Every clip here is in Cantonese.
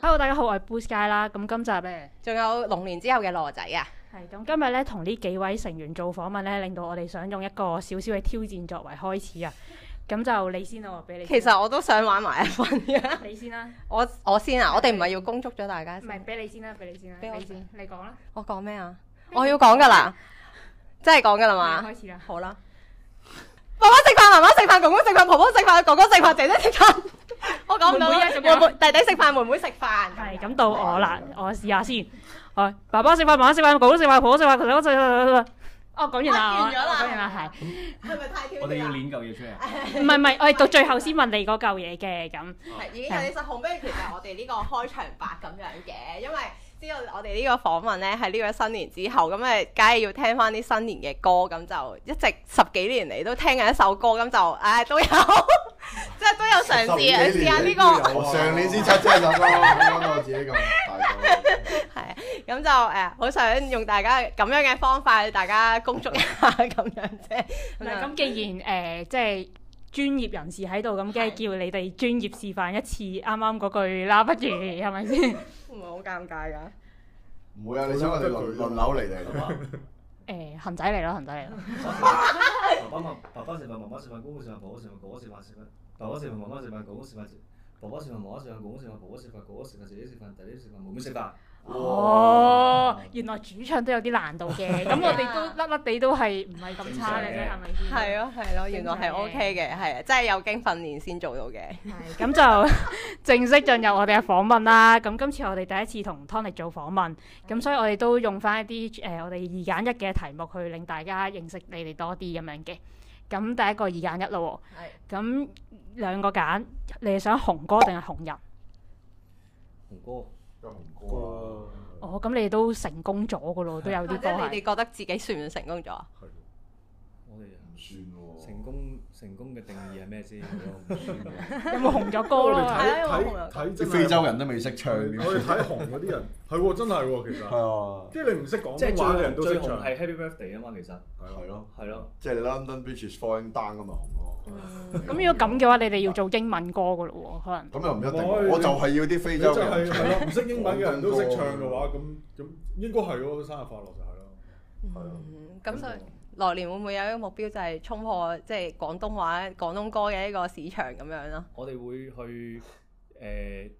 Hello，大家好，我係 Boost 街啦。咁今集咧，仲有龍年之後嘅羅仔啊，係咁今日咧同呢幾位成員做訪問咧，令到我哋想用一個少少嘅挑戰作為開始啊。咁就你先啦，啊我俾你先。其實我都想玩埋一份嘅。 你先啦，我我先啊，我哋唔係要恭祝咗大家唔係先。俾你先啦，俾你先啦，俾我你先，你講啦，我講咩啊？我要講噶啦，真係講噶啦啊嘛。開始啦。好啦，爸爸食飯，媽媽食飯，公公食飯，婆婆食飯，哥哥食飯，姐姐食飯。 我講唔到啦，妹妹啊仲妹有妹弟弟食飯，妹妹食飯。係咁到我啦，我試下先。我爸爸食飯，媽媽食飯，哥哥食飯，婆婆食飯，佢我食飯。哦，講完啦，啊完咗啦我講完啦，係。係咪太挑戰啊我哋要練嚿嘢出嚟，唔係唔係，我係到最後先問你嗰嚿嘢嘅咁。係已經有啲失控，不如其實我哋呢個開場白咁樣嘅，因為知道我哋呢個訪問呢係呢個新年之後，咁誒，梗係要聽翻啲新年嘅歌，咁就一直十幾年嚟都聽緊一首歌，咁就唉、都有，即係都有啊嘗試啊試下呢、個。我上年先出啫，首歌，啱啱我自己咁大個，係，咁就誒，呃好、想用大家咁樣嘅方法，去大家恭祝一下咁樣啫。唔咁啊係就咁，既然誒、即係專業人士喺度，咁梗係係叫你哋專業示範一次啱啱嗰句啦， 不如係咪先？會唔會好尷尬㗎？唔會啊！你想我哋輪輪流嚟嚟㗎嘛？誒、行仔嚟咯，行仔嚟咯，爸爸爸爸食飯，媽媽食飯，公公食飯，婆婆食飯，哥哥食飯食飯，爸爸食飯，媽媽食飯，哥哥食飯，爸爸食飯，媽媽食飯，公公食飯，婆婆食飯，哥哥食飯，姐姐食飯，弟弟食飯，妹妹食飯。哦，原來主唱都有啲難度 嘅，咁我哋都甩甩地都係唔係咁差嘅啫，係咪先？係咯係咯，原來正係常嘅 OK 嘅，係啊，真係有經訓練先做到嘅。咁就 正式進入我哋嘅訪問啦。咁今次我哋第一次同 Tony 做訪問，咁所以我哋都用翻一啲誒、呃我哋二揀一嘅題目去令大家認識你哋多啲咁樣嘅。咁第一個二揀一咯喎，咁兩個揀，你係想紅歌定係紅人？紅哥，有紅歌啊，哦，咁你哋都成功咗噶咯，都有或啲歌者你哋係。覺得自己算唔算成功咗啊？係我哋唔算喎。成功成功嘅定義係咩先？我唔知喎 有冇紅咗歌 我咯？哋係啊因為睇我睇睇真啲係非洲人都未識唱嘅，我哋睇紅嗰啲 人係喎，真係喎，其實係啊，即係你唔識廣即係東話嘅人最都最識紅唱，係 Happy Birthday 啊嘛，其實係咯，係咯，即係你 London Bridge is falling down 啊咁嘛，紅嗯歌。咁如果咁嘅話，你哋要做英文歌噶咯喎，可能。咁又唔一唔可以定，我就係要啲你非就洲係人唱。係咯，唔識英文嘅人都識唱嘅話，咁咁應該係喎，生日快樂就係咯。係啊嗯咁所以來年會唔會有一個目標就係衝破即係廣東話、廣東歌嘅呢個市場咁樣咯？我哋會去誒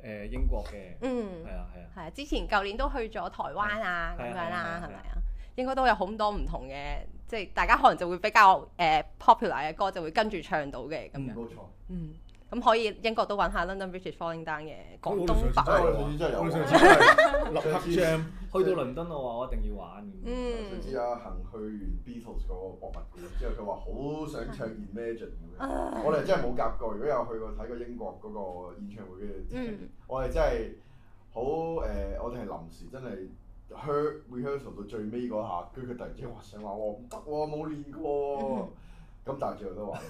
誒英國嘅，嗯，係啊係啊，係啊，之前舊年都去咗台灣啊係咁係樣係啦，係係咪啊？應該都有好多唔同嘅，即係大家可能就會比較誒、呃 popular 嘅歌就會跟住唱到嘅咁樣。冇錯，嗯，咁可以英國都揾下 London Bridge is Falling Down 嘅廣東真係版。我哋真係有我哋上次喎。真係立刻 jam，去到倫敦我話我一定要玩咁。上嗯，次阿恒去完 Beatles 嗰個博物館之後，佢話好想唱 Imagine 咁樣，啊我哋真係冇夾過。如果有去過睇過英國嗰個演唱會嘅嗯，我哋真係好誒，呃我哋係臨時真係 rehe- rehearsal 到最尾嗰下，跟住佢突然之間話想話我唔得喎，冇練嗯過喎，咁但係最後都話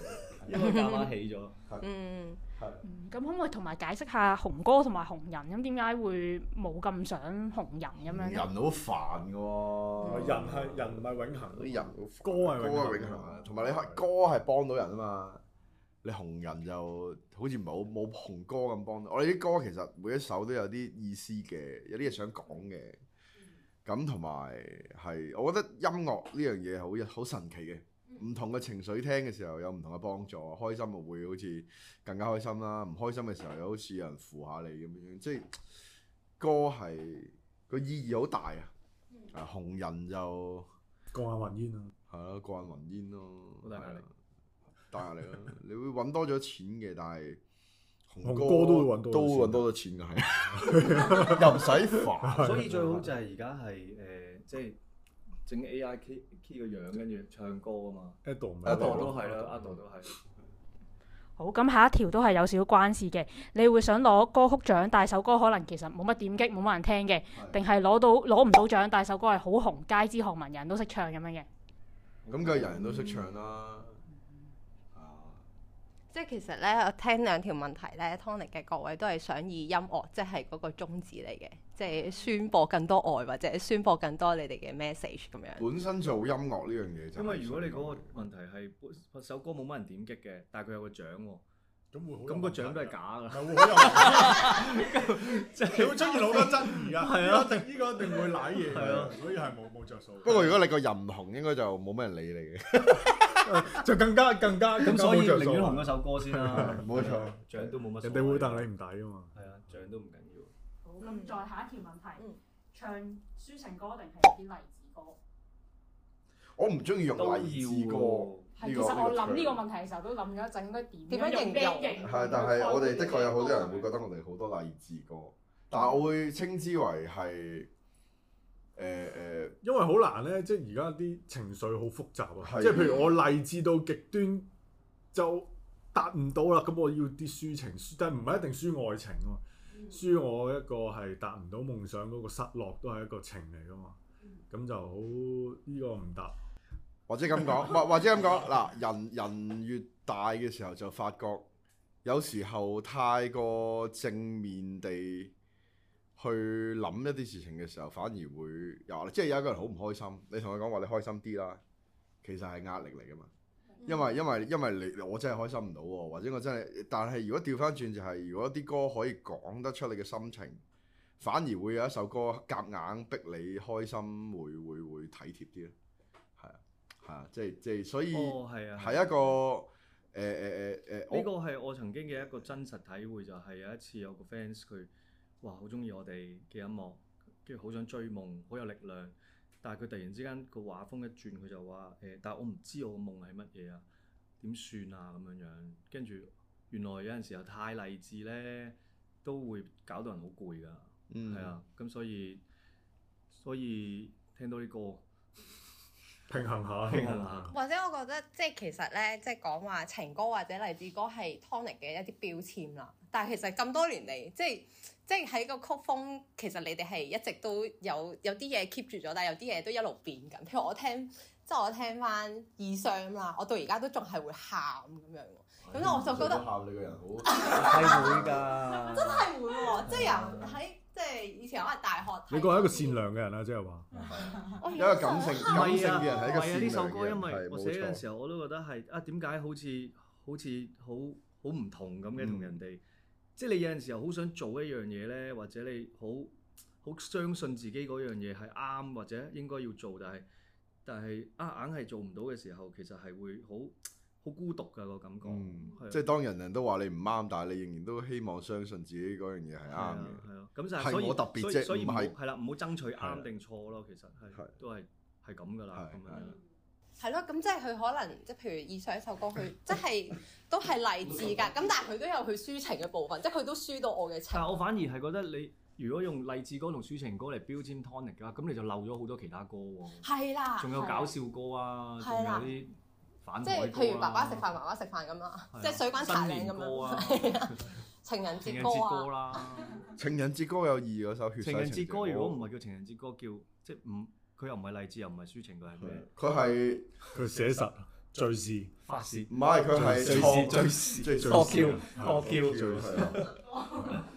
因為啱啱起咗。嗯，嗯咁可唔可以同埋解釋下紅歌同埋紅人咁點解會冇咁想紅人咁樣人嗯咧？好煩嘅喎，人係人唔係永恆，啲人歌係歌永恆係永恆啊，同埋你係歌係幫到人啊嘛。你紅人就好似唔係好冇紅歌咁幫到。我哋啲歌其實每一首都有啲意思嘅，有啲嘢想講嘅。嗯咁同埋係，我覺得音樂呢樣嘢好好神奇嘅。嗯唔同嘅情緒聽嘅時候有唔同嘅幫助，開心就會好似更加開心啦，唔開心嘅時候又好似有人扶下你咁樣，即係歌係個意義好大啊！嗯啊，紅人就〜降下雲煙啊！係咯，過眼雲煙咯，好大壓力係啊，大壓力咯。 你會揾多咗錢嘅，但係紅歌都會揾多咗錢都會揾多咗錢嘅，係 又唔使煩。所以最好就係而家係誒，即係整 AI key key 個樣，跟住唱歌啊嘛。 Ado 唔阿 Ado 杜度都都係係啦，啦阿阿杜度都係。好，咁下一條都係有少少關事嘅，你會想攞歌曲獎，但係首歌可能其實冇乜點擊，冇乜人聽嘅，定係攞到攞唔到獎，但係首歌係好紅，街知巷聞，人都識唱咁樣嘅。咁梗係人人都識唱啦。啊即係其實咧，我聽兩條問題咧，Tony 嘅各位都係想以音樂即係嗰個宗旨嚟嘅，即係宣播更多愛或者宣播更多你哋嘅 message 咁樣。本身做音樂呢樣嘢就係因為如果你嗰個問題係首歌冇乜人點擊嘅，但係佢有個獎喎，咁會好有啊咁個問題獎都係㗎假唔㗎。係會好有問題， 即即係會出現好多爭議㗎。係啊呢個一定呢個一定會舐嘢係啊㗎，所以係冇冇着數嘅。不過如果你個人唔紅，應該就冇咩人理你 嘅。就更加更加咁咁所以寧願紅人嗰首歌先啦。 冇錯，獎都冇乜所謂。哋會戥你唔抵啊嘛。係啊，獎都唔緊要。好，嗯咁再下一條問題嗯，唱抒情歌定係啲勵志歌？我唔中意用都要勵志歌。喎。係，呢其個實我呢個諗呢個唱問題嘅時候都諗咗一陣，應該點點樣用形咩容形容係，但係我哋的確有好多人會去覺得我哋好多勵志歌，但係我會稱之為係誒因為好難咧，即係而家啲情緒好複雜啊！係即係譬如我勵志到極端就達唔到啦，咁我要啲抒情，抒但係唔係一定抒愛情喎，嗯抒我一個係達唔到夢想嗰個失落都係一個情嚟噶嘛，咁就好呢、個唔答。或者咁講，或或者咁講嗱，人人越大嘅時候就發覺，有時候太過正面地去諗一啲事情嘅時候，反而會有壓力。即係有一個人好唔開心，你同佢講話你開心啲啦，其實係壓力嚟噶嘛。嗯因為因為因為你我真係開心唔到喎，或者我真係，但係如果調翻轉就係、如果啲歌可以講得出你嘅心情，反而會有一首歌夾硬逼你開心，會會會體貼啲咯，係啊係啊，即係即係所以哦，係啊，係一個誒誒誒誒，呢個我係我曾經嘅一個真實體會，就係有一次有個 fans 佢哇好中意我哋嘅音樂，跟住好想追夢，好有力量。但係佢突然之間個畫風一轉，佢就話誒、但係我唔知我嘅夢係乜嘢啊，點算啊咁樣樣。跟住原來有陣時候太勵志咧，都會搞到人好攰㗎。嗯係啊，咁所以所以聽到啲歌平衡下，平衡下。或者我覺得即係其實咧，即係講話情歌或者勵志歌係 Tonic 嘅一啲標籤啦。但係其實咁多年嚟，即係即係喺個曲風，其實你哋係一直都有有啲嘢 keep 住咗，但係有啲嘢都一路變緊。譬如我聽，即係我聽翻《異傷》啦，我到而家都仲係會喊咁樣喎。咁我就覺得喊你個人好。係會㗎，真係會喎，即係由喺即係以前可能大學睇。你個係一個善良嘅人啊啦，即係話我而一家個感性唔係啊感性嘅人係一個唔係啊！呢首善歌因良嘅為人，係我寫冇嗰陣錯。時候，我都覺得係啊，點解好似好似好好唔同咁嘅嗯同人哋？即係你有陣時候好想做一樣嘢咧，或者你好好相信自己嗰樣嘢係啱，或者應該要做，但係但係啊硬係做唔到嘅時候，其實係會好好孤獨㗎個感覺。嗯係啊即係當人人都話你唔啱，但係你仍然都希望相信自己嗰樣嘢係係啱啊嘅。係啊，咁就係係所以我特別所以啫所以唔唔好係係啦，唔好爭取係啊啱定錯咯，其實係係都係係咁㗎啦，係咁樣係係咯，咁即係佢可能即係譬如以上一首歌，佢即係都係勵志㗎，咁但係佢都有佢抒情嘅部分，即係佢都輸到我嘅情但。係我反而係覺得你如果用勵志歌同抒情歌嚟標籤 tonic 嘅話，咁你就漏咗好多其他歌喎，係啦，嗯仲有搞笑歌啊，仲係有啦啲反即海係歌啊譬如爸爸食飯，媽媽食飯咁啦係啊，即係水滾茶靚新年咁歌啊樣， 情人情節人歌節啊，歌啦，情人節歌有意義嗰首《血洗情人節歌者如果唔係叫情人節歌，叫即係唔佢又唔係勵志又唔係抒情，佢係咩？佢係佢寫實敘事，發泄唔係佢係最錯最最最惡最叫惡叫最係啊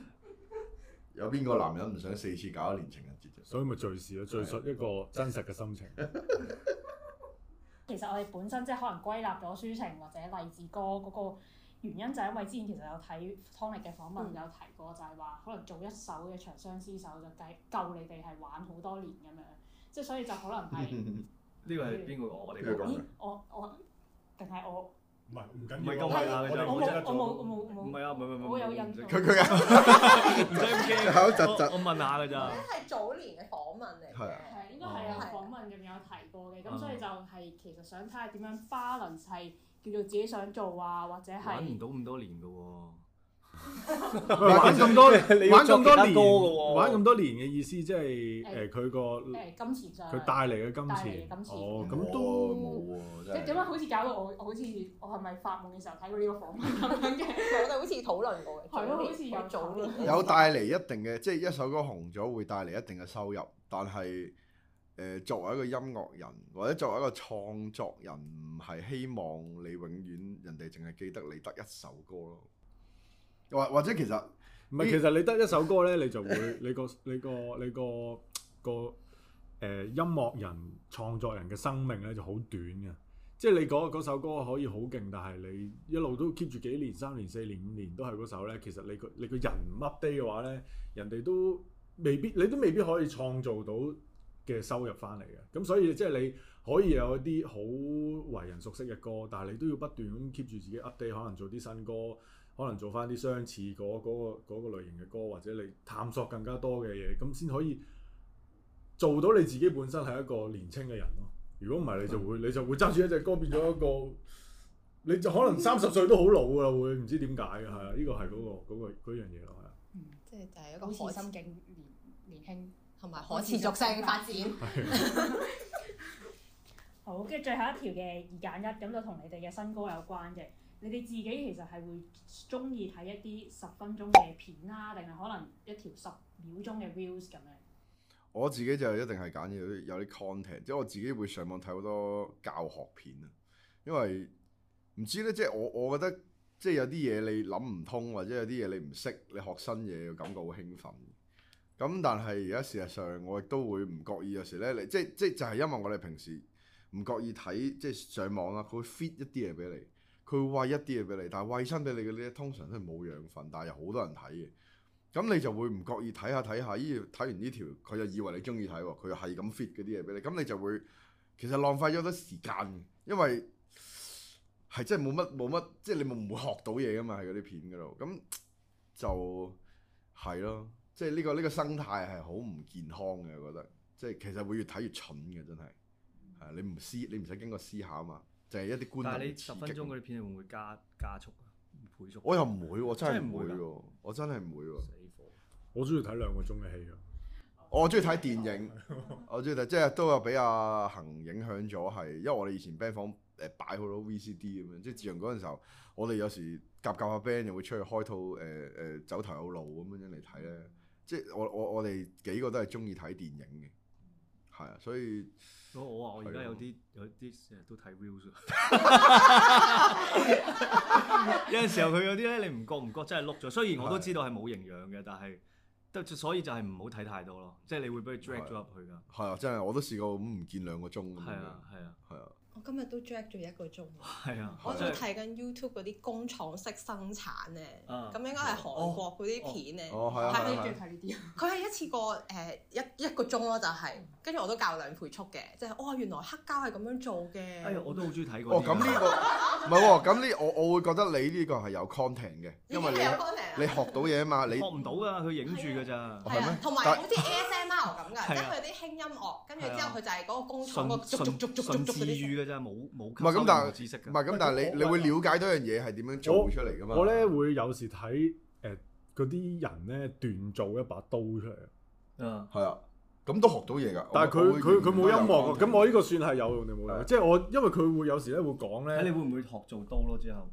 有邊個男人唔想四次搞一年情人節啫？所以咪敘事咯，敘述一個真實嘅心情。其實我哋本身即係可能歸納咗抒情或者勵志歌嗰個原因，就係因為之前其實有睇 Tony 嘅訪問嗯有提過，就係話可能做一首嘅長相廝守就計夠你哋係玩好多年咁樣，即係所以就可能係呢個係邊個我哋邊個講咦我我定係我唔係唔唔係緊哦咁要，係啊哋我我記得冇咗我冇我冇我唔冇係啊，唔係唔係唔係，我有唔印使象。佢 佢嘅唔使咁驚，口窒窒我我問下㗎咋。係早年嘅訪問嚟係嘅啊。係應該係有訪問入面有提過嘅，嗯咁所以就係其實想睇下點樣 balance 係叫做自己想做啊，或者玩唔係到咁多年嘅喎，玩咁 多玩咁多歌嘅年，喎玩咁多年嘅意思即係誒誒佢個誒金錢上佢帶嚟帶嘅金嚟嘅錢金。錢哦，冇咁啊都冇喎，即係真點解啊係好似搞到我，我好似我係咪發夢嘅時候睇過呢個訪問咁樣 嘅？我哋好似討論過嘅，係咯好似有早年嘅有帶嚟一定嘅，即係一首歌紅咗會帶嚟一定嘅收入，但係誒、呃作為一個音樂人或者作為一個創作人，唔係希望你永遠人哋淨係記得你得一首歌咯，或或者其實。唔係，其實你得一首歌咧，你就會 你個你個你個呃個誒、音樂人創作人嘅生命咧就好短嘅，即係你講嗰首歌可以好勁，但係你一路都 keep 住幾年、三年、四年、五年都係嗰首咧，其實你個你個人唔 update 嘅話咧，人哋都未必你都未必可以創造到嘅收入翻嚟嘅。咁所以即係你可以有一啲好為人熟悉嘅歌，但係你都要不斷咁 keep 住自己 update，可能做啲新歌，可能做翻啲相似嗰嗰、個嗰、個類型嘅歌，或者你探索更加多嘅嘢，咁先可以做到你自己本身係一個年青嘅人咯。如果唔係，你嗯就會你就會揸住一隻歌變咗 一個，你就可嗯能三十歲都好老㗎啦，會唔知點解嘅係啊？呢個係嗰個嗰個嗰樣嘢咯，係啊。嗯即係就係一個好可似持心境年年輕。同埋可持續性發展。啊 好，跟住最後一條嘅二揀一，咁就同你哋嘅身高有關嘅。你哋自己其實係會中意睇一啲十分鐘嘅片啦，定係可能一條十秒鐘嘅 reels 咁樣？我自己就一定係揀有啲有啲 content，即係我自己會上網睇好多教學片啊，因為唔知咧，即係我我覺得即係有啲嘢你諗唔通，或者有啲嘢你唔識，你學新嘢嘅感覺好興奮。咁但係而家事實上，我亦都會唔覺意有時咧，你即即就係因為我哋平時唔覺意睇即係上網啊啦，佢會 fit 一啲嘢俾你，佢會餵一啲嘢俾你，但係餵親俾你嘅呢，通常都係冇養分，但係有好多人睇嘅。咁你就會唔覺意睇下睇下，依睇完呢條，佢就以為你中意睇喎，佢又係咁 fit 嗰啲嘢俾你，咁你就會其實浪費咗好多時間嘅，因為係真係冇乜冇乜，即係你冇唔會學到嘢噶嘛喺嗰啲片嗰度，咁就係咯，即係呢、個呢、個生態係好唔健康嘅，我覺得，即係其實會越睇越蠢嘅，真係，係你唔思你唔使經過思考嘛，就係、一啲觀但係念嘅你刺十分激鐘嘛嗰啲片會唔會加加速啊？倍速？我又唔會喎，真係真係唔唔會會㗎喎，我真係唔會喎。死火！我中意睇兩個鐘嘅戲啊，我中意睇電 影，我中意睇，即係都有俾阿恒影響咗，係因為我哋以前 band 房誒擺好多 VCD 咁樣，即係自從嗰陣時候，我哋有時夾夾下 band 又會出去開套誒誒、呃走頭有路咁樣嚟睇咧，即係我我我哋幾個都係中意睇電影嘅，係啊，所以我我啊，我而係家啊有啲有啲成日都睇 reels 啊 有陣時候佢有啲咧，你唔覺唔覺真係碌咗。雖然我都知道係冇營養嘅，但係都所以就係唔好睇太多咯。即係你會俾佢 drag 咗入去㗎。係啊，真係我都試過咁唔見兩個鐘咁樣，係啊，係啊，係啊，我今日都 drag 咗一個鐘。係啊。我係仲睇緊 YouTube 嗰啲工廠式生產咧，啊咁應該係韓國嗰啲片咧，哦係啊係係你啊中意睇呢啲啊？佢係一次過誒一一個鐘咯，就係跟住我都教兩倍速嘅，即係哦原來黑膠係咁樣做嘅，哎呀，我都好中意睇嗰啲哦咁呢、個唔係喎，咁呢我我會覺得你呢個係有 content 嘅，因為已經有你 content 你啦學到嘢啊嘛，你學唔到㗎，佢影住㗎咋。係啊係咩啊，同埋但好似 ASMR 咁㗎，即係佢啲輕音樂，跟住之係啊後佢就係嗰個工廠純個逐逐逐逐逐純逐嗰自啲語嘅啫，冇冇係咁吸收但係任何知識唔㗎。係咁，但係你你會了解到樣嘢係點樣做出嚟噶嘛？啊我咧會有時睇誒嗰啲人咧斷做一把刀出嚟，啊嗯，係啊，咁都學到嘢哦㗎。但係我佢佢佢冇音樂啊，咁呢我呢個算係有用定冇係用？即係我因為佢會有時咧會講啊睇你咧，會唔會學做刀咯？之後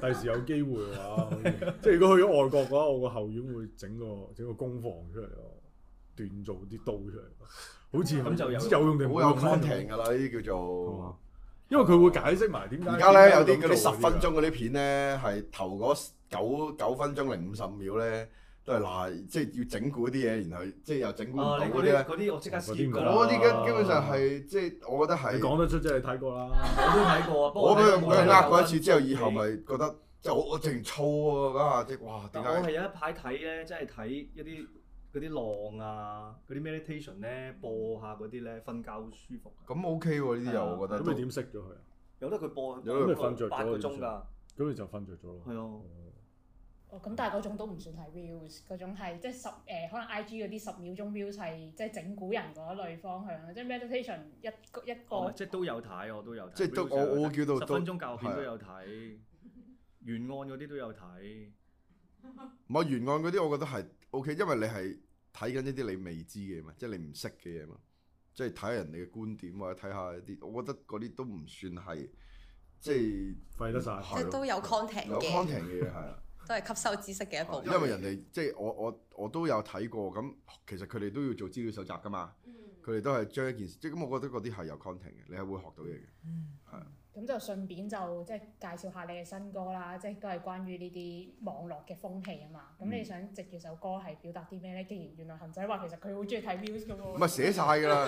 第時有機會嘅話，可以即係如果去咗外國嘅話，我個後院會整個整個工房出嚟咯，斷做啲刀出嚟，好似咁就有唔知有用定好冇有用呢 content 㗎啦，呢啲叫做。因為佢會解釋埋點解而家咧有啲嗰點啲解十嗯要咁做分鐘嗰啲片咧，係頭嗰九九分鐘零五十秒咧，都係嗱，即係要整蠱啲嘢，然後即係又整蠱唔啊，到你嗰啲嗰咧啲。嗰啲我即刻嗰啲 skip 㗎唔啦。講嗰啲嘅基本上係即係我覺得你係，講得出即係你睇過啦。我都睇過啊。不過我俾佢睇俾過佢呃過一次睇之後，以後咪覺得即係我我淨燥喎嗰下，即係哇點但解我係？有一排睇咧，即係睇一啲嗰啲浪啊，嗰啲 meditation 咧，播下嗰啲咧，瞓覺好舒服㗎。咁 OK 喎，呢啲又我覺得啊咁都你點識咗佢啊？有得佢播，有得佢瞓着咗八個鐘點㗎算。咁你就瞓着咗咯。係啊，哦，咁但係嗰種都唔算係 reels，嗰種係即係十誒、呃可能 IG 嗰啲十秒鐘 reels 係即係整蠱人嗰類方向啦，即係 meditation 一個一哦個即係都有睇，我都有睇。即係都 Reels 我有睇我會叫到十都分鐘教片係啊都有睇，原案嗰啲都有睇。唔係原案嗰啲，我覺得係 O K，因為你係睇緊一啲你未知嘅嘢嘛，即係你唔識嘅嘢嘛，即係睇下人哋嘅觀點或者睇下一啲，我覺得嗰啲都唔算係即係廢得晒。係嘢，即係都有 content 有嗯嘅， content 嘅嘢係啊，都係吸收知識 嘅一部分。因為人哋即係我我我都有睇過，咁其實佢哋都要做資料搜集嗯㗎嘛，佢哋都係將一件事，即係咁，我覺得嗰啲係有 content 嘅，你係會學到嘢嘅，係啊，咁就順便就即係介紹下你嘅新歌啦，即係都係關於呢啲網絡嘅風氣啊嘛。咁你嗯想藉住首歌係表達啲咩咧？既然原來恒仔話其實佢好中意睇 views 嘅嗯唔喎，係寫晒㗎啦，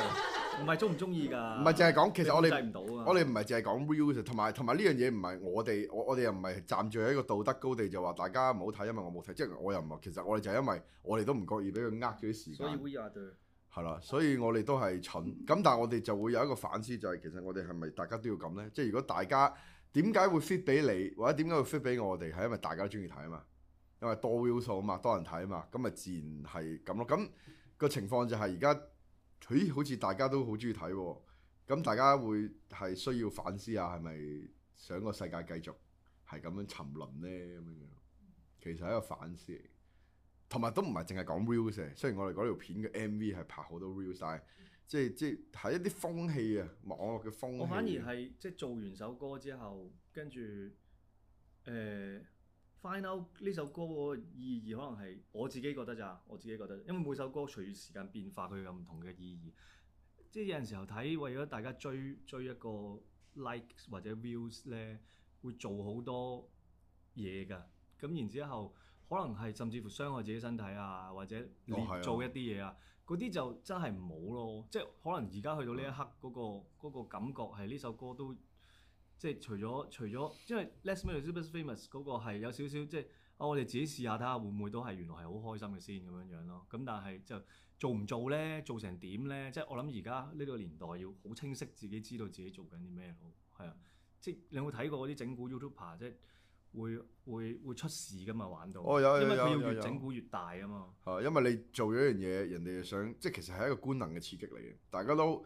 唔係中唔中意㗎？唔係淨係講，其實我哋你控制唔到啊！我哋唔係淨係講 reels，同埋同埋呢樣嘢唔係我哋，我我哋又唔係站住喺一個道德高地就話大家唔好睇，因為我冇睇，即係我又唔係。其實我哋就係因為我哋都唔覺意俾佢呃咗啲時所以間， we are the 係啦，所以我哋都係蠢。咁但係我哋就會有一個反思，就係、其實我哋係咪大家都要咁呢？即係如果大家點解會 fit 俾你，或者點解會 fit 俾我哋，係因為大家都中意睇啊嘛，因為多 view 數啊嘛，多人睇啊嘛，咁咪自然係咁咯。咁、個情況就係而家，咦，好似大家都好中意睇喎。咁大家會係需要反思下，係咪想個世界繼續係咁樣沉淪呢？咁樣樣其實係一個反思嚟嘅，同埋都唔係淨係講 reels 嘅。雖然我哋嗰條片嘅 MV 係拍好多 reels，但係即係即係係一啲風氣啊，網絡嘅風氣。啊我反而係即係做完首歌之後，跟住誒 find out 呢首歌個意義，可能係我自己覺得咋，我自己覺得，因為每首歌隨住時間變化，佢有唔同嘅意義。即係有陣時候睇，為咗大家追追一個 like 或者 views 咧，會做好多嘢㗎。咁然之後，可能係甚至乎傷害自己身體啊，或者連係啊做一啲嘢啊。嗰啲就真係唔好咯，即係可能而家去到呢嗯一刻嗰、個嗰個感覺係呢首歌都即係除咗除咗，因為 Let's Make Super Famous 嗰個係有少少即係啊，我哋自己試下睇下會唔會都係原來係好開心嘅先咁樣樣咯。咁但係就做唔做咧，做成點咧？即係我諗而家呢個年代要好清晰自己知道自己做緊啲咩咯，係啊。即係你有冇睇過嗰啲整蠱 YouTuber 即係會會會出事噶嘛玩到，哦有有因為有佢有要越有整蠱越大啊嘛。係因為你做咗一樣嘢，人哋就想即係其實係一個官能嘅刺激嚟嘅。大家都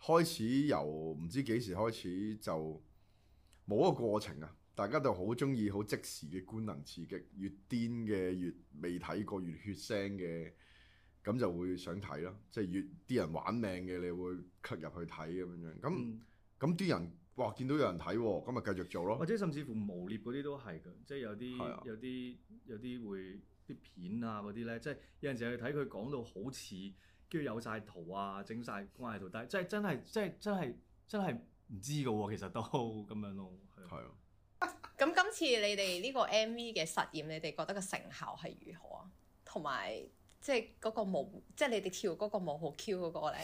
開始由唔知幾時開始就冇一個過程啊！大家就好中意好即時嘅官能刺激，越癲嘅越未睇過越血腥嘅，咁就會想睇咯。即係越啲人玩命嘅，你會 cut 入去睇咁樣樣。咁嗯咁啲人哇見到有人睇喎，咁咪繼續做或咯。者甚至乎無獵嗰啲都係嘅，即係有係啊啲有啲有啲會啲片啊嗰啲咧，即係有陣時去睇佢講到好似，跟住有晒圖啊，整晒關係圖，但係真係真係真係真係真係唔知嘅喎，其實都咁樣咯。係係啊啊。咁今次你哋呢個 MV 嘅實驗，你哋覺得個成效係如何啊？同埋即係嗰個舞，即係你哋跳嗰個舞好 Q 嗰個咧，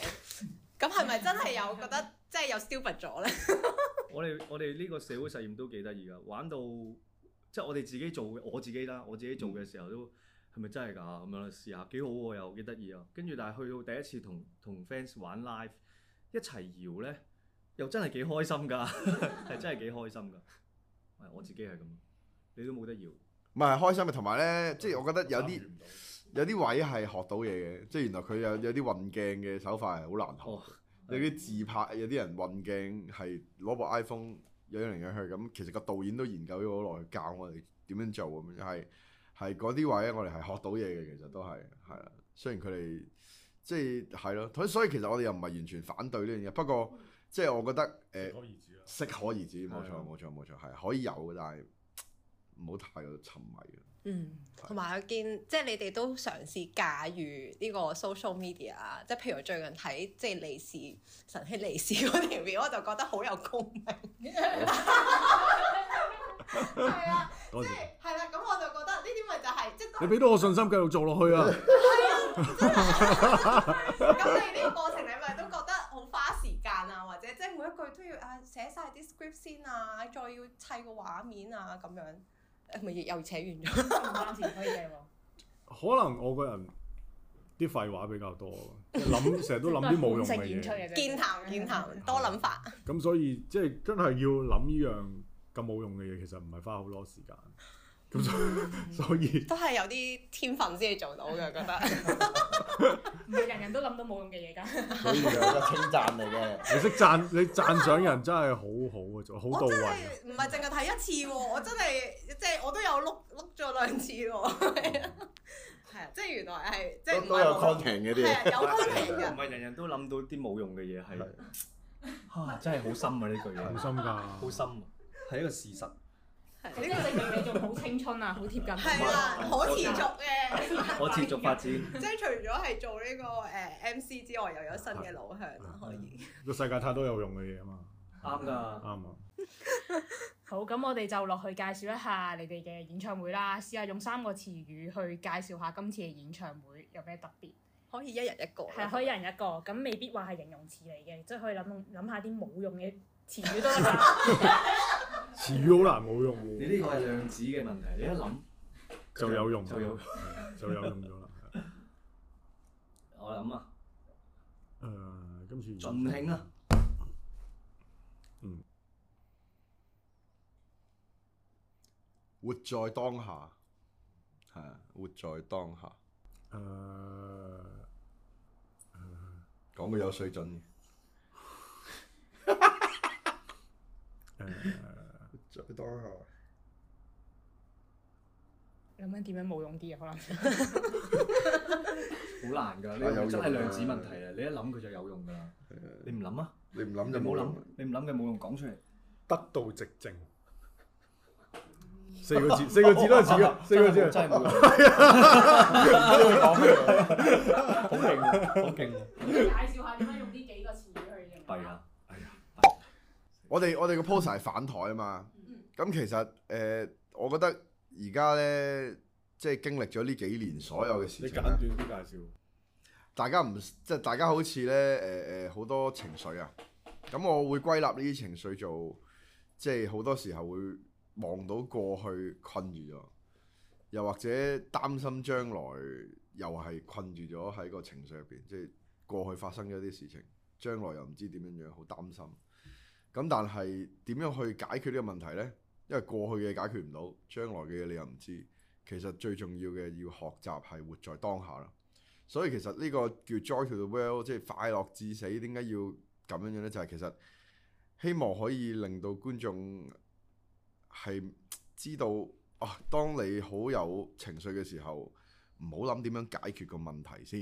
咁係咪真係有覺得即係有 stupid 咗咧？我哋我哋呢個社會實驗都幾得意噶，玩到即係我哋自己做嘅，我自己啦，我自己做嘅時候都係咪真係㗎咁樣試下幾好喎，又幾得意啊！跟住但係去到第一次同同 fans 玩 live 一齊搖咧，又真係幾開心㗎， 係真係幾開心㗎。係我自己係咁，你都冇得搖。唔係開心嘅，同埋咧，即係我覺得有參啲與。唔到有啲位係學到嘢嘅，即係原來佢有有啲運鏡嘅手法係好難學，嗯哦有啲自拍，有啲人運鏡係攞部 iPhone 樣樣嚟樣去咁，其實個導演都研究咗好耐，教我哋點樣做咁樣，係係嗰啲位我哋係學到嘢嘅，其實都係係啦。雖然佢哋即係係咯，所以所以其實我哋又唔係完全反對呢樣嘢，不過即係我覺得誒、適可而止啦。適可而止，冇錯係啊冇錯冇錯，係可以有嘅，但係唔好太過沉迷 啦。嗯，同埋我見即係你哋都嘗試駕馭呢個 social media 啊，即係譬如我最近睇即係利是神氣利是嗰條片，我就覺得好有共鳴。係啊，多即謝。係係啦，咁我就覺得呢啲咪就係即係你俾到我信心繼續做落去啊！咁你呢個過程你咪都覺得好花時間啊，或者即係每一句都要啊寫晒啲 script 先啊，再要砌個畫面啊咁 樣，誒咪又扯遠咗。唔關事可以嘅喎。可能我個人啲廢話比較多，即係諗 成日都諗啲冇用嘅本性演出嘢，嘅啫健談健談，多諗 法。咁所以即係真係要諗呢樣咁冇用嘅嘢，其實唔係花好多時間。咁 所所以都係有啲天分先至做到嘅，覺得。唔係人人都諗到冇用嘅嘢㗎。所以就係一個稱讚嚟嘅。你識讚你讚賞人真係好好啊，做好我到真位係啊。唔係淨係睇一次喎，我真係即係我都有碌碌咗兩次喎。 係啊，即係原來係即係唔都都有係 content 嘅係啲啊，有 content 唔嘅。係人人都諗到啲冇用嘅嘢係， 啊真係好深啊呢句好嘢，心好㗎，深啊，係一個事實。即係證明你仲好青春啊，好貼近。係啊啦， 可持續嘅。我持續發 展。即係除咗係做呢個誒 MC 之外，又有新嘅路向啦，可以。個世界太多有用嘅嘢啊嘛。啱㗎。啱啊！好，咁我哋就落去介紹一下你哋嘅演唱會啦，試下用三個詞語去介紹下今次嘅演唱會有咩特別。可以一人一個啦。係可啊以一人一個，咁未必話係形容詞嚟嘅，即係可以諗諗下啲冇用嘅詞語都得㗎。詞語好難冇用你喎，呢個係量子嘅問題，你一諗就有用，就有就有 用咗啦。我諗啊，誒，今次盡興啊！活在當下，係啊，活在當下，誒，講句有水準嘅，活在當下， 諗緊點樣冇用啲啊？可能好難㗎，啊呢有個真係用啊量子問題啊！你一諗佢就有用㗎啦，你唔諗啊？你唔諗你就冇冇諗諗，，你唔諗嘅冇用，講出嚟。得到直正。四個字，四個字都係字嘅，四個字 真係係冇用，真係講好勁啊，好勁啊！介紹下點樣用呢幾個詞語去形弊啊啦，我哋我哋個 post 係反台啊嘛，咁其實誒、呃我覺得而家咧，即係經歷咗呢幾年所有嘅你事情簡呢短啲介紹。大家唔即係大家好似咧誒誒好多情緒啊，咁我會歸納呢啲情緒做，即係好多時候會望到過去困住咗，又或者擔心將來又係困住咗喺個情緒入邊，即係過去發生咗啲事情，將來又唔知點樣樣，好擔心。咁但係點樣去解決呢個問題呢？因為過去嘅解決唔到，將來嘅嘢你又唔知。其實最重要嘅要學習係活在當下啦。所以其實呢個叫 joy to the world，即係快樂至死。點解要咁樣樣呢？就係、其實希望可以令到觀眾係知道啊，當你好有情緒嘅時候，唔好諗點樣解決個問題先，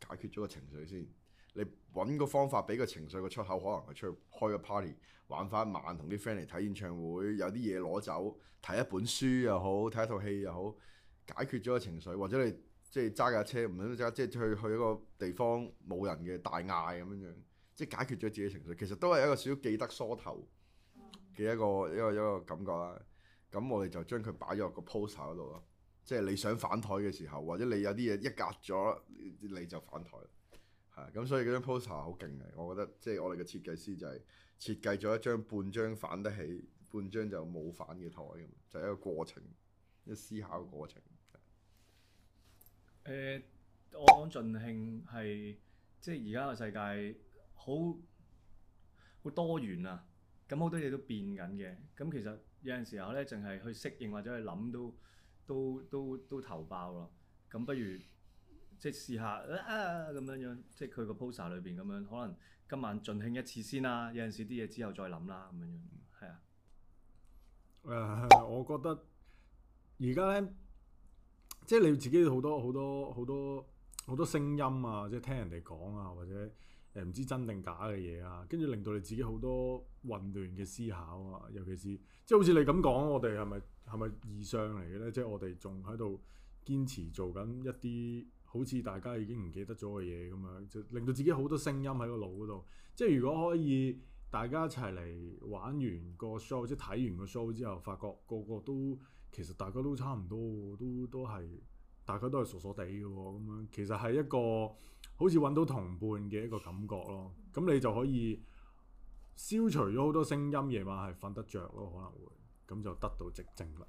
解決咗個情緒先。你揾個方法俾個情緒個出口，可能係出去開個 party，玩翻晚，同啲 friend 嚟睇演唱會，有啲嘢攞走，睇一本書又好，睇一套戲又好，解決咗個情緒，或者你即係揸架車唔想揸，即係去去一個地方冇人嘅大嗌咁樣樣，即係解決咗自己情緒，其實都係一個少少記得梳頭嘅一個一個一個感覺啦。咁我哋就將佢擺咗落個 poster 嗰度咯，即係你想反台嘅時候，或者你有啲嘢一隔咗，你就反台。係咁，所以嗰張 poster 好勁嘅，我覺得即係我哋嘅設計師就係設計咗一張半張反得起，半張就冇反嘅台咁，就係一個過程，一個思考嘅過程。誒，我講呃盡興係即係而家個世界好好多元啊，咁好多嘢都變緊嘅。咁其實有陣時候咧，淨係去適應或者去諗都都都都頭爆咯。咁不如即係試下啊咁樣樣，即係佢個 poster 裏邊咁樣，可能今晚盡興一次先啦。有陣時啲嘢之後再諗啦，咁樣樣係啊。誒、我覺得而家咧，即係你自己好多好多好多好多聲音啊，即係聽人哋講啊，或者誒唔知真定假嘅嘢啊，跟住令到你自己好多混亂嘅思考啊，尤其是即係好似你咁講，我哋係咪係咪異相嚟嘅咧？即係我哋仲喺度堅持做緊一啲好似大家已經唔記得咗嘅嘢咁樣，就令到自己好多聲音喺個腦嗰度。即係如果可以大家一齊嚟玩完個 show，即係睇完個 show 之後，發覺個個都其實大家都差唔多喎，都都係大家都係傻傻地嘅喎，咁樣其實係一個好似揾到同伴嘅一個感覺咯。咁你就可以消除咗好多聲音，夜晚係瞓得着咯，可能會咁就得到寂靜啦。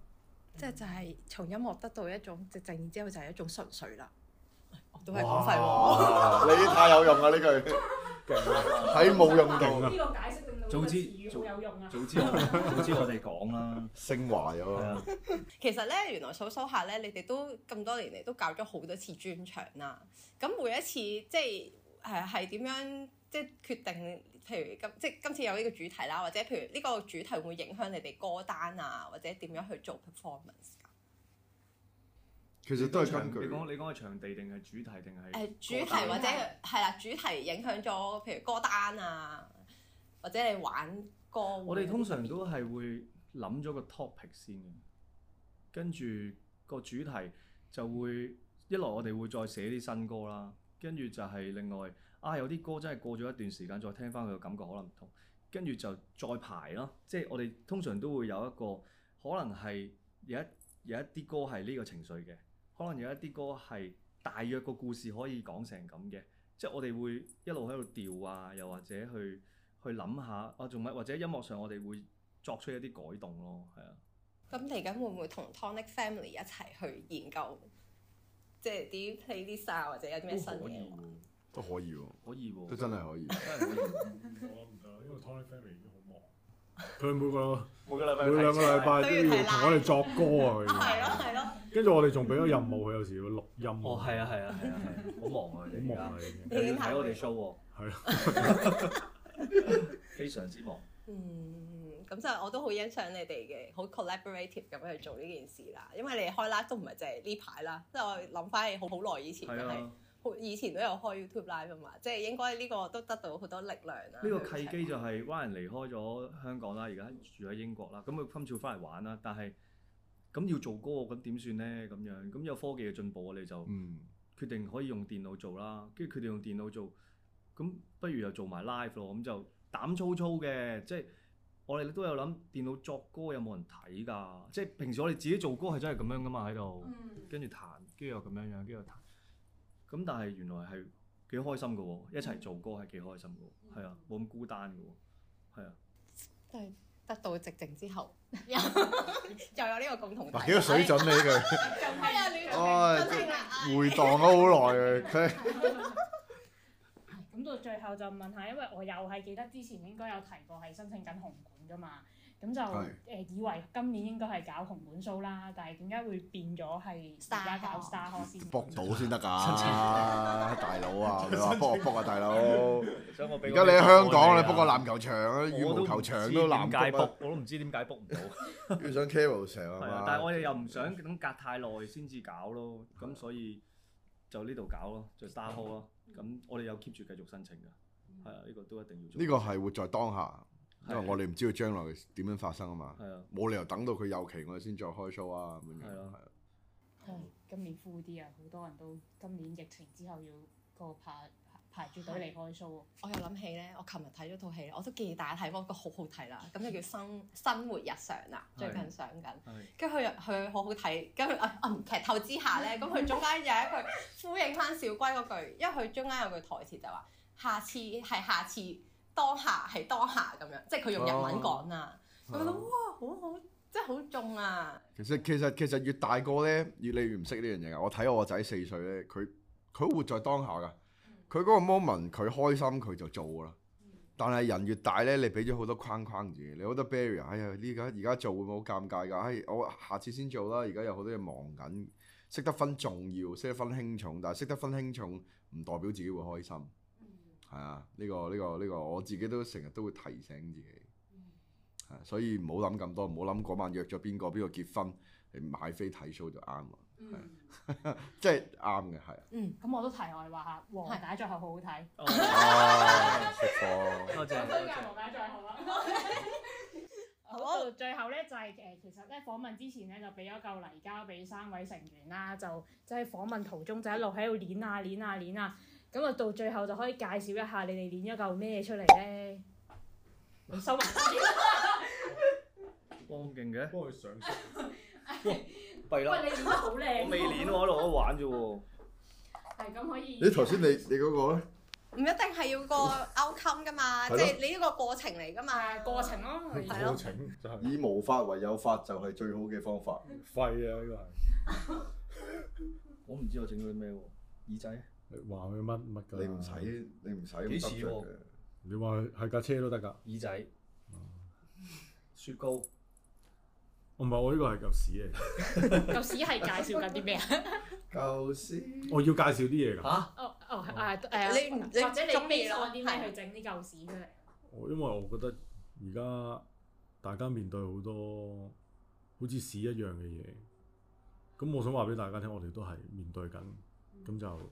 即係就係從音樂得到一種寂靜，然之後就係一種純粹啦。我都係講廢話。你太有用啦啊呢句，啊喺冇用到呢個解釋令到呢個早知詞語好有 用啊！早知我早知我哋講啦，升華咗係啊。啊，其實咧，原來數數下咧，你哋都咁多年嚟都搞咗好多次專場啦。咁每一次即係誒係點樣即係決定？譬如今即係今次有呢個主題啦，或者譬如呢個主題會唔會影響你哋歌單啊，或者點樣去做 performance 㗎？其實都係場根你據講你講係場地定係主題定係誒、主題或者係啦，主題影響咗譬如歌單啊，或者你玩歌會。我哋通常都係會諗咗個 topic 先嘅，跟住個主題就會一來我哋會再寫啲新歌啦，跟住就係另外啊有啲歌真係過咗一段時間再聽翻佢嘅感覺可能唔同，跟住就再排咯。即係我哋通常都會有一個可能係有一有一啲歌係呢個情緒嘅，可能有一啲歌係大約個故事可以講成咁嘅。即係我哋會一路喺度調啊，又或者去去諗下啊，仲咪或者音樂上我哋會作出一啲改動咯，係啊。咁嚟緊會唔會同 Tonic Family 一齊去研究，即係啲 playlist 啊，或者有啲咩新可以嘢？喎，都可以喎，可以喎，都真係可以。真係可以。我唔得，因為 Tony Family 已經好忙，佢每個 每個禮拜每兩個禮拜都都要要睇同我哋作啊，歌係啊咯係咯，佢要，跟住我哋仲俾咗任務佢，有時要錄音。哦，係啊，係啊，係啊，係啊好忙啊！佢好哋忙啊而已經。家又要睇我哋 show 喎，係啊，啊 非常之忙。嗯，咁就我都好欣賞你哋嘅，好 collaborative 咁樣去做呢件事啦。因為你哋開 live 都唔係淨係呢排啦，即係我諗翻起好好耐以前就係係啊，好，以前都有開 YouTube live 啊嘛，即係應該呢個都得到好多力量啊啦。呢個契機就係 Ryan 離開咗香港啦，而家住喺英國啦。咁佢今次翻嚟玩啦，但係咁要做歌咁點算呢？咁樣咁有科技嘅進步，我哋就嗯， 決定可以用電腦做啦。跟住佢哋用電腦做，咁不如又做埋 live 咯。咁就膽粗粗嘅，即係我哋都有諗電腦作歌有冇人睇㗎？即係平時我哋自己做歌係真係咁樣㗎嘛喺度。跟住彈，跟住又咁樣樣，跟住又彈。咁但係原來係幾開心嘅喎，一齊做歌係幾開心嘅喎，係啊，冇咁孤單嘅喎，係啊，都係得到寂靜之後，又又有呢個共同體。嗱幾個水哦準你呢句，係啊，你唉真係啊！回盪咗好耐佢，佢咁到最後就問下，因為我又係記得之前應該有提過係申請緊紅館噶嘛，咁就誒係、以為今年應該係搞紅館 show 啦，但係點解會變咗係而家搞 Star Hall 先？搏到先得㗎， 大佬啊！你話搏啊搏啊，大佬！而所以我家你喺香港，你 book 個籃球場啊、羽我都毛唔球場知都點難解 book book，啊，我都唔知點解 book 唔到，要上 Carol 成啊係啊嘛，。但係我哋又唔想咁隔太耐先至搞咯，啊咁所以就呢度搞咯，就 star hall 咯，咁我哋有 keep 住繼續申請㗎，係啊，呢個都一定要做。呢個係活在當下，因為係我哋唔知道將來點樣發生啊嘛，係啊，冇理由等到佢有期我哋先再開 show 啊咁樣樣。係啊係啊唉今年 full 啲啊，好多人都今年疫情之後要個排排住隊離開 show 喎。我又諗起咧，我琴日睇咗套戲，我都建議大家睇，不過好好睇啦。咁就叫《生生活日常》啦，係最近上緊。係跟住佢又佢好好睇，跟住啊啊唔劇透之 下咧，咁佢中間有一句呼應翻小龜嗰句，因為佢中間有句台詞就話：下次係下次，當下係當下咁樣，即係佢用日文講啊。咁我覺得哇，好好，真係好中啊！其實其實其實越大個咧，越嚟越唔識呢樣嘢啊㗎。我睇我個仔四歲咧，佢佢好活在當下㗎。佢嗰個 moment 佢開心佢就做㗎啦。但係人越大咧，你俾咗好多框框住，你好多 barrier。哎呀，呢家而家做會唔會好尷尬㗎？哎，我下次先做啦。而家有好多嘢忙緊，識得分重要，識得分輕重。但係識得分輕重唔代表自己會開心。係啊，呢、個呢、個呢、個，我自己都成日都會提醒自己。係啊，所以唔好諗咁多，唔好諗嗰晚約咗邊個邊個結婚，你買飛睇 show 就啱啦。即係 啱嘅，係啊。嗯，咁我都題外話下，黃帶最後好好睇。哦 啊，食貨。多謝多謝。黃帶最後 啦。好，到最後咧就係、誒、其實咧訪問之前咧就俾咗嚿泥膠俾三位成員啦，就即係訪問途中就一路喺度攣啊攣啊攣啊，咁啊到最後就可以介紹一下你哋攣咗嚿咩出嚟咧？你收埋先，哇咁勁嘅，幫佢上色。弊啦，喂你攣得好我未靚，練喎，喺度都玩啫喎。係咁可以。你頭先你你嗰個咧，唔一定係要個 outcome 噶嘛，係咯即係你呢個過程嚟噶嘛。誒啊過程咯，啊係咯過程就係以無法為有法就係最好嘅方法。廢啊！呢個係。我唔知我整咗啲咩喎，耳仔。你話佢乜乜㗎？你唔使，你唔使咁幾執似着喎嘅。你話佢係架車都得㗎。耳仔，嗯 雪糕，我唔係我呢個係嚿屎嚟㗎，舊屎係介紹緊啲咩啊？舊時我要介紹啲嘢㗎。 哦哦啊誒，你你或者你中意 base 咯 on 啲咩啊去整啲舊屎出嚟？我因為我覺得而家大家面對好多好似屎一樣嘅嘢，咁我想話俾大家聽，我哋都係面對緊，咁就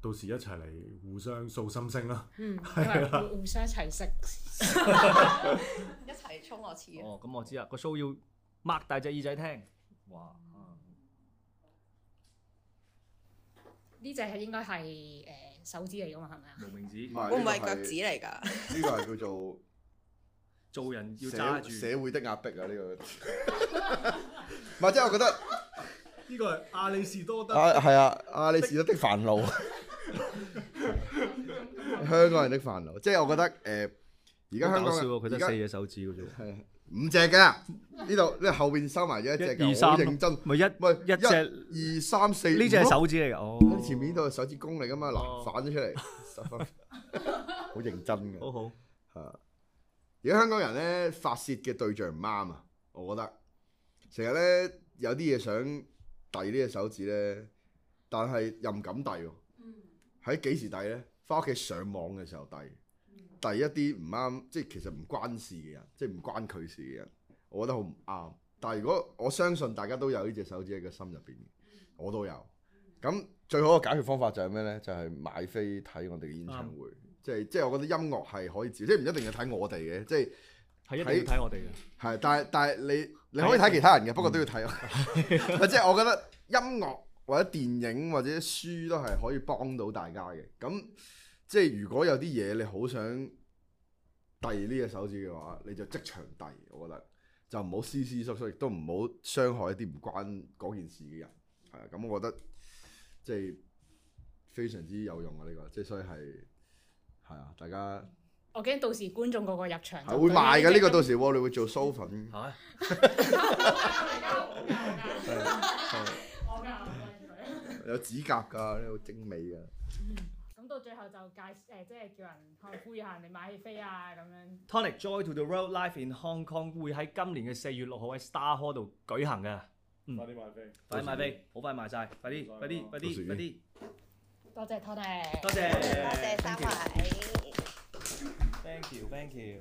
到時一齊嚟互相訴心聲啦。嗯，係啦，互相一齊食。一齊衝我次啊！哦，咁我知啦，個 show 要擘大隻耳仔聽。哇，呢只係應該係誒手指嚟噶嘛，係咪啊？無名指唔，係會呢唔個會係係腳趾嚟㗎？呢個係叫做做人要社揸住。社會的壓迫啊！呢個 唔係，即係我覺得呢個係阿里士多德啊，係啊，阿里士多的煩 惱，香港人的煩惱，即係我覺得誒，而家香港人而家隻手指嘅啫五隻㗎，呢度呢後邊收埋咗一隻一二㗎，三好認真，咪一喂，一隻一二三四，呢隻五係咯手指嚟㗎，哦咁，前面呢度係手指公嚟噶嘛，哦嗱反咗出嚟，十分好認真嘅。好好，啊而家香港人咧發泄嘅對象唔啱啊，我覺得成日咧有啲嘢想遞呢隻手指咧，但係又唔敢遞喎。喺幾時遞咧？翻屋企上網嘅時候遞，遞一啲唔啱，即係其實唔關事嘅人，即係唔關佢事嘅人，我覺得好唔啱。但係如果我相信大家都有呢隻手指喺個心入邊嘅，我都有。咁最好嘅解決方法就係咩咧？就係、買飛睇我哋嘅演唱會，即係即係我覺得音樂係可以照，即係唔一定要睇我哋嘅，即係係一定要睇我哋嘅。係，但係但係你你可以睇其他人嘅，不嗯過都要睇我。咪即係我覺得 音樂或者電影或者書都係可以幫到大家嘅。咁即係如果有啲嘢你好想遞呢隻手指嘅話，你就即場遞。我覺得就唔好斯斯縮縮，亦都唔好傷害一啲唔關嗰件事嘅人。係啊，咁我覺得即係非常之有用啊！呢、個即係所以係係啊，大家我驚到時觀眾個個入場係會賣嘅呢、個到時我哋會做 show 粉。嚇！我㗎，我有指甲㗎，呢好精美㗎。咁到最後就介誒，即係叫人可能呼籲下人哋買飛啊咁樣。 Tonic Joy to the World Live in Hong Kong 會喺今年嘅四月六號喺 Star Hall 度舉行嘅，嗯快啲買飛。快啲買飛，好快賣晒，快啲，到時快啲，快到時啲，快啲，多謝 Tony。多謝，多謝三位。 ，thank you，thank you。